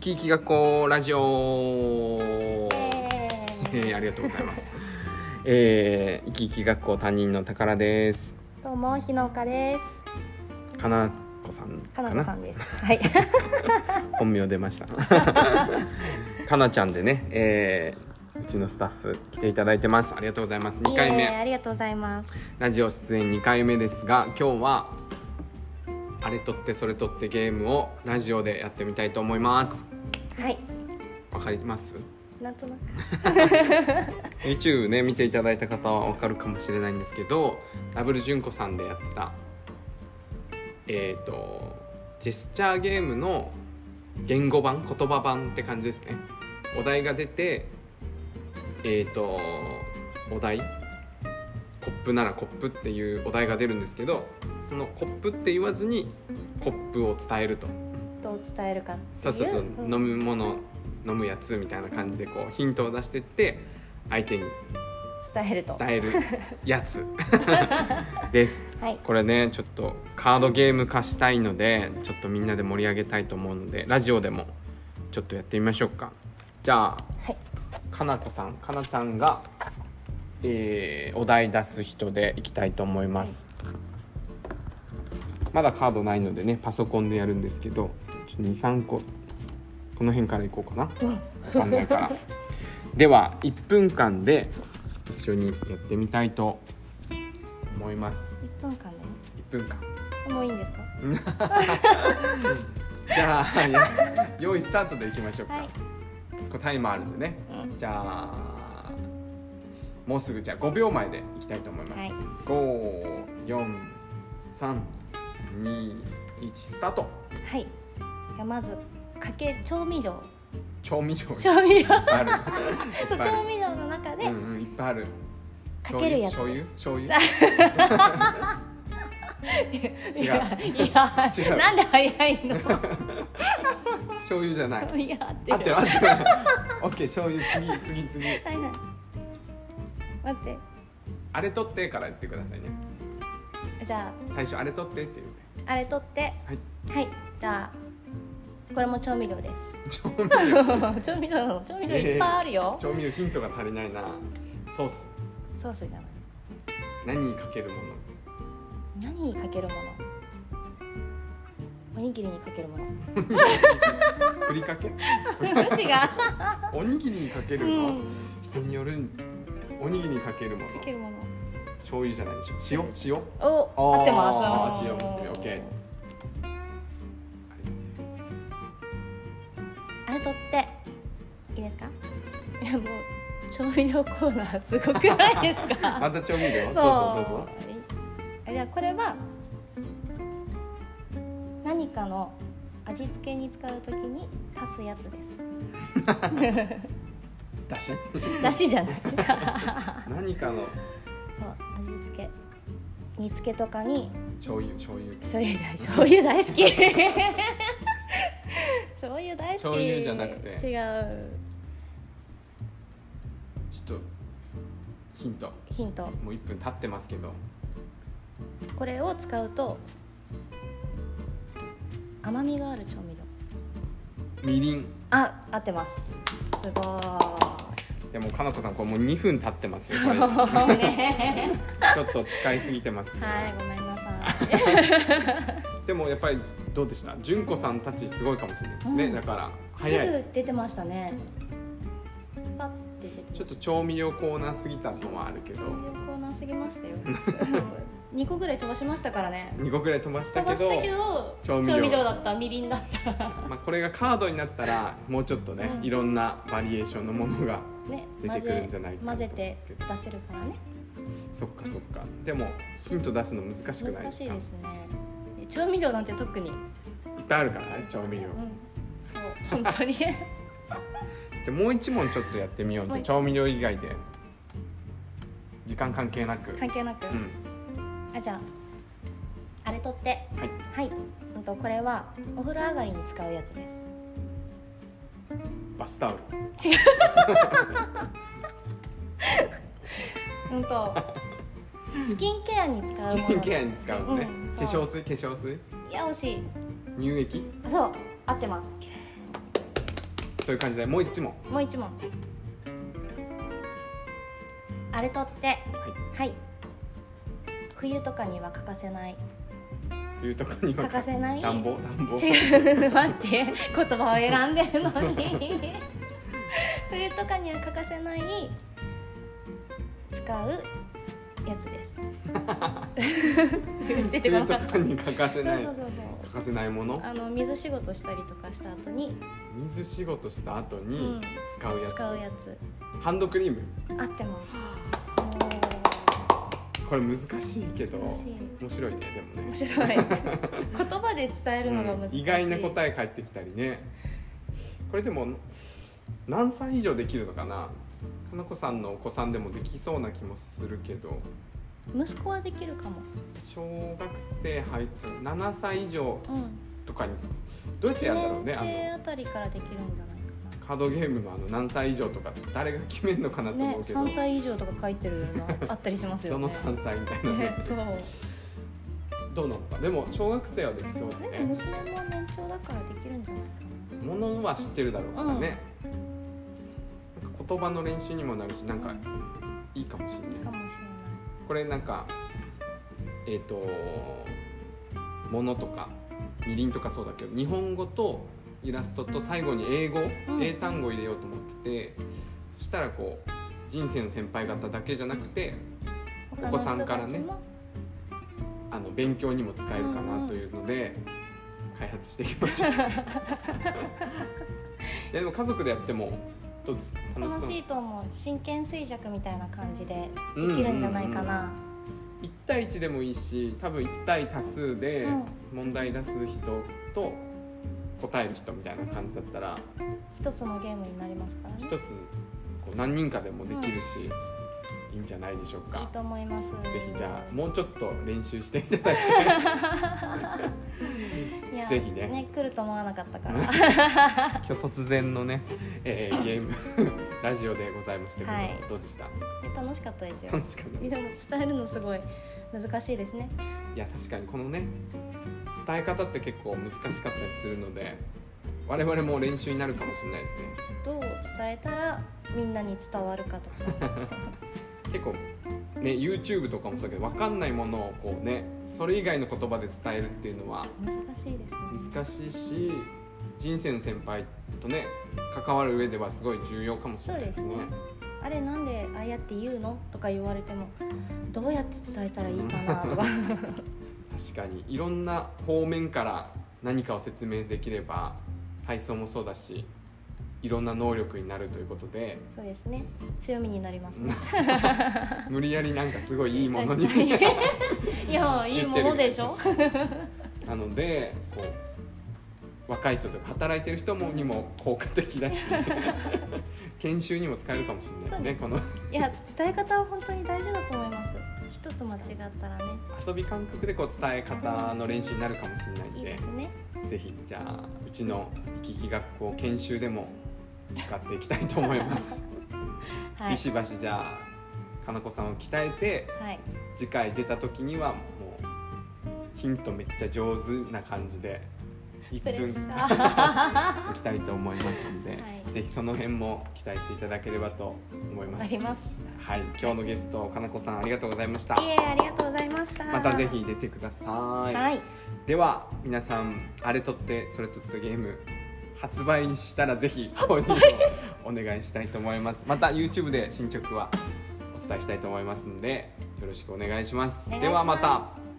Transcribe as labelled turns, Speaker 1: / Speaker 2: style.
Speaker 1: きいき学校ラジオ、えーありがとうございます。 えー、いきいき学校担任の宝です。
Speaker 2: どうも、日の岡です。
Speaker 1: かなこさんか
Speaker 2: か
Speaker 1: な
Speaker 2: なこさんで す。はい。
Speaker 1: 本名出ま した。かなちゃんでね、えーうちのスタッフ来ていただいてます。ありがとうございます。2回
Speaker 2: いえいえ
Speaker 1: 目、
Speaker 2: ありがとうございます。
Speaker 1: ラジオ出演2回目ですが、今日は、あれとってそれとってゲームをラジオでやってみたいと思います。
Speaker 2: はい。
Speaker 1: わかります
Speaker 2: なんとなく。
Speaker 1: YouTube ね見ていただいた方はわかるかもしれないんですけどダブル純子さんでやってたえっ、とジェスチャーゲームの言語版言葉版って感じですねお題が出てえっ、とお題コップならコップっていうお題が出るんですけどそのコップって言わずにコップを伝えると
Speaker 2: どう伝えるかっていう。
Speaker 1: そうそうそう、
Speaker 2: ん
Speaker 1: 飲むもの飲むやつみたいな感じでこうヒントを出してって相手に
Speaker 2: 伝えると。
Speaker 1: 伝えるやつです
Speaker 2: はい。
Speaker 1: これねちょっとカードゲーム化したいのでちょっとみんなで盛り上げたいと思うのでラジオでもちょっとやってみましょうかじゃあ
Speaker 2: はい。
Speaker 1: かなこさんかなちゃんが、えーお題出す人でいきたいと思います、まだカードないのでねパソコンでやるんですけど23個この辺からいこうかな
Speaker 2: うん
Speaker 1: わかんないから では1分間で一緒にやってみたいと思います
Speaker 2: 一分間ね。
Speaker 1: 1分間
Speaker 2: もういいんですか。
Speaker 1: じゃあ や用意スタートでいきましょうか、
Speaker 2: はい。
Speaker 1: こうタイマーあるんでね
Speaker 2: うん
Speaker 1: じゃあもうすぐじゃあ5秒前でいきたいと思います、
Speaker 2: はい
Speaker 1: 5432スタート
Speaker 2: はい。いや、まず。かけ調味料。
Speaker 1: 調味料いっ
Speaker 2: 調 味料。
Speaker 1: ぱいある
Speaker 2: そ
Speaker 1: い
Speaker 2: う、
Speaker 1: っぱいある
Speaker 2: 調味料の中で
Speaker 1: う。ん、うん、いっぱいある
Speaker 2: かけるやつ
Speaker 1: 醤油醤 油
Speaker 2: いや、 いや
Speaker 1: 違う
Speaker 2: なんで早い の。
Speaker 1: 醤油じゃない
Speaker 2: いや、合って
Speaker 1: 合って
Speaker 2: る。
Speaker 1: る合ってるオッケー醤油次次次
Speaker 2: はいはい。待っ
Speaker 1: あれ取ってから言ってくださいね
Speaker 2: て。じゃ
Speaker 1: 最初あれ取ってって言って
Speaker 2: あ、あれ取って。
Speaker 1: はい
Speaker 2: はい。じゃあ。これも調味料です。
Speaker 1: 調味料
Speaker 2: 調味料なの調味料いっぱいあるよ、
Speaker 1: 調味料ヒントが足りないなソース
Speaker 2: ソースじゃない
Speaker 1: 何にかけるもの
Speaker 2: 何にかけるものおにぎりにかけるもの
Speaker 1: ふりかけ
Speaker 2: 違
Speaker 1: おにぎりにかけ
Speaker 2: う、
Speaker 1: る
Speaker 2: う
Speaker 1: の、
Speaker 2: ん、
Speaker 1: 人によるおにぎりにかけるもの
Speaker 2: かけるもの
Speaker 1: 醤油じゃないでしょ塩塩
Speaker 2: お
Speaker 1: あー
Speaker 2: 合ってます
Speaker 1: 塩ですね OK
Speaker 2: あれ取っていいですかいやもう調味料コーナーすごくないです
Speaker 1: ま
Speaker 2: か
Speaker 1: た調味料どうぞどうぞ
Speaker 2: えじゃあこれは何かの味付けに使うときに足すやつです
Speaker 1: だし
Speaker 2: だしじゃない
Speaker 1: 何かの
Speaker 2: そう味付け煮付けとかに
Speaker 1: 醤油醤油
Speaker 2: 醤油じゃない醤油大好き醤油大好 き
Speaker 1: 醤油じゃなくて
Speaker 2: 違う
Speaker 1: ちょっとヒント
Speaker 2: ヒント
Speaker 1: もう1分経ってますけど
Speaker 2: これを使うと甘みがある調味料
Speaker 1: みりん
Speaker 2: あ合ってますすご
Speaker 1: でもかなこさんこれもう2分経ってますよ これち
Speaker 2: ーいね
Speaker 1: ょっと使いすぎてますね、
Speaker 2: はいごめんなさ
Speaker 1: でもやっぱりどうでした純子さんたちすごいかもしれないですね、
Speaker 2: うん
Speaker 1: だから
Speaker 2: いす
Speaker 1: 早い
Speaker 2: ぐ出てましたねパッて出て
Speaker 1: ちょっと調味料コーナーすぎたのはあるけど
Speaker 2: 有効なすぎましたよ 2個ぐらい飛ばしましたからね
Speaker 1: 2個ぐらい飛ばした
Speaker 2: 飛
Speaker 1: け
Speaker 2: ば
Speaker 1: ど
Speaker 2: したけど
Speaker 1: 調
Speaker 2: 調
Speaker 1: 味
Speaker 2: 味
Speaker 1: 料
Speaker 2: 料だったみりんだった
Speaker 1: まあ、これがカードになったらもうちょっとね、
Speaker 2: うん
Speaker 1: いろんなバリエーションのものが
Speaker 2: ね
Speaker 1: 出てくるんじゃないかな
Speaker 2: 混ぜ混ぜて出せるからね
Speaker 1: そっかそっかでもヒント出すの難しくないで
Speaker 2: 難
Speaker 1: すか
Speaker 2: しいですね調味料なんて特に、うん、
Speaker 1: いっぱいあるからね調味料、
Speaker 2: そう 本当に
Speaker 1: じゃあもう1問ちょっとやってみようじゃあ
Speaker 2: もう一
Speaker 1: 調味料以外で時間関係なく
Speaker 2: 関係なく、
Speaker 1: うん
Speaker 2: あじゃああれ取って
Speaker 1: はい
Speaker 2: はい、うん、とこれはお風呂上がりに使うやつです
Speaker 1: バスタオル
Speaker 2: う んとスキンケアに使う
Speaker 1: ス
Speaker 2: もの
Speaker 1: キンケアに使うのね、
Speaker 2: うん
Speaker 1: 化
Speaker 2: そう
Speaker 1: 粧水化粧水
Speaker 2: いや惜しい
Speaker 1: 乳液
Speaker 2: そう合ってます
Speaker 1: そういう感じでもう一問
Speaker 2: もう一問あれとってはい、冬とかには欠かせない
Speaker 1: いうところには
Speaker 2: 欠かせな い
Speaker 1: 暖房暖房
Speaker 2: 違う 待って言葉を選んでるの に冬とかには欠かせない使うやつです 出て
Speaker 1: い
Speaker 2: こ
Speaker 1: う
Speaker 2: なか
Speaker 1: と
Speaker 2: っ
Speaker 1: ころに欠かせ
Speaker 2: た
Speaker 1: な
Speaker 2: そ
Speaker 1: いう
Speaker 2: そ
Speaker 1: 欠
Speaker 2: うそうそう
Speaker 1: かせないもの
Speaker 2: あの水仕事したりとかした後に
Speaker 1: 水仕事した後
Speaker 2: う
Speaker 1: に
Speaker 2: ん
Speaker 1: 使うやつ,、
Speaker 2: 使うやつ
Speaker 1: ハンドクリーム
Speaker 2: 合ってます
Speaker 1: これ難しいけど
Speaker 2: 難しい
Speaker 1: 面白いねでもね
Speaker 2: 面白い言葉で伝えるのが難し
Speaker 1: う
Speaker 2: い、
Speaker 1: ん意外な
Speaker 2: え
Speaker 1: 答え返ってきたりねこれでも何歳以上できるのかなかなこさんのお子さんでもできそうな気もするけど
Speaker 2: 息子はできるかも
Speaker 1: 小学生入7歳以上
Speaker 2: うん
Speaker 1: とかにどうやってや
Speaker 2: 1
Speaker 1: るんだろうねあ
Speaker 2: 年生
Speaker 1: の
Speaker 2: あたりからできるんじゃないか
Speaker 1: カードゲームのあの何歳以上とか誰が決めるのかなと
Speaker 2: なね
Speaker 1: 思うけど、
Speaker 2: 3歳以上とか書いてるのあったりしますよ
Speaker 1: 人
Speaker 2: ね
Speaker 1: の3歳みたいなね
Speaker 2: ねそう
Speaker 1: どうなのかでも小学生はできそうだ
Speaker 2: でも
Speaker 1: ね
Speaker 2: 娘も年長だからできるんじゃない
Speaker 1: も
Speaker 2: か
Speaker 1: のは知ってるだろうからね、なんか言葉の練習にもなるしなんかいいかもしれない
Speaker 2: な。いいかもしれ
Speaker 1: これなんかえっ、と物とかみりんとかそうだけど日本語とイラストと最後に英語、
Speaker 2: うん
Speaker 1: 英単語入れようと思っててそしたらこう人生の先輩方だけじゃなくて
Speaker 2: ない
Speaker 1: お子さんからね
Speaker 2: 他の人たちも
Speaker 1: あの勉強にも使えるか
Speaker 2: うんう
Speaker 1: なんというので、開発していきま したいやでも家族でやってもどうですか楽し
Speaker 2: 楽
Speaker 1: そう
Speaker 2: しいと思う真剣衰弱みたいな感じでできるんじゃないかな、
Speaker 1: 1対1でもいいし多分1対多数で
Speaker 2: うん
Speaker 1: 問題出す人と答える人みたいな感じだったら
Speaker 2: 一つのゲームになりますからね
Speaker 1: 一つこう何人かでもできるし、いいんじゃないでしょう
Speaker 2: いい
Speaker 1: か。
Speaker 2: と思いますぜ
Speaker 1: ぜひじゃあもうちょっと練習していただい て
Speaker 2: いや
Speaker 1: ぜひね
Speaker 2: ね来ると思わなかったから
Speaker 1: 今日突然のね、えーゲ ームラジオでございましたけど、
Speaker 2: はい
Speaker 1: どうでした
Speaker 2: 楽しかっ たですよ
Speaker 1: 楽しかったです
Speaker 2: でも伝えるのすごい難しいですね
Speaker 1: いや確かにこのね伝え方って結構難しかったりするので我々も練習になるかもしれないですね
Speaker 2: どう伝えたらみんなに伝わるかとか
Speaker 1: 結構ね YouTube とかもそうだけど分かんないものをこうねそれ以外の言葉で伝えるっていうのは
Speaker 2: 難しいですね
Speaker 1: 難しいし人生の先輩とね関わる上ではすごい重要かもしれないですね
Speaker 2: そうですねあれなんでああやって言うのとか言われてもどうやって伝えたらいいかな とか
Speaker 1: 確かにいろんな方面から何かを説明できれば体操もそうだしいろんな能力になるということで
Speaker 2: そうですね強みになりますね
Speaker 1: 無理やりなんかすごいいいものに
Speaker 2: いやいいものでしょ
Speaker 1: なのでこう若い人とか働いてる人もにも効果的 だし研修にも使えるかもしれないねこの
Speaker 2: いや伝え方は本当に大事だと思います一つ間違ったらね
Speaker 1: 遊び感覚でこう伝え方の練習になるかもしれないん
Speaker 2: いいで
Speaker 1: です
Speaker 2: ね
Speaker 1: ぜひじゃあうちの生き生き学校研修でも使っていきたいと思います、
Speaker 2: はい
Speaker 1: ビシバシじゃあかなこさんを鍛えて
Speaker 2: はい
Speaker 1: 次回出た時にはもうヒントめっちゃ上手な感じで
Speaker 2: プ
Speaker 1: 1
Speaker 2: レッシ
Speaker 1: 分
Speaker 2: ャ ー
Speaker 1: いきたいと思いますので、
Speaker 2: はい
Speaker 1: ぜひその辺も期待していただければと思いま
Speaker 2: な
Speaker 1: す
Speaker 2: ります
Speaker 1: はい今日のゲストかなこさんありがとうございました
Speaker 2: いえありがとうございました
Speaker 1: またぜひ出てください、
Speaker 2: はい
Speaker 1: では皆さんあれとってそれとってゲーム発売したらぜひ購入をお願いしたいと思いますまた YouTube で進捗はお伝えしたいと思いますのでよろしくお願いします
Speaker 2: お願いします
Speaker 1: ではまた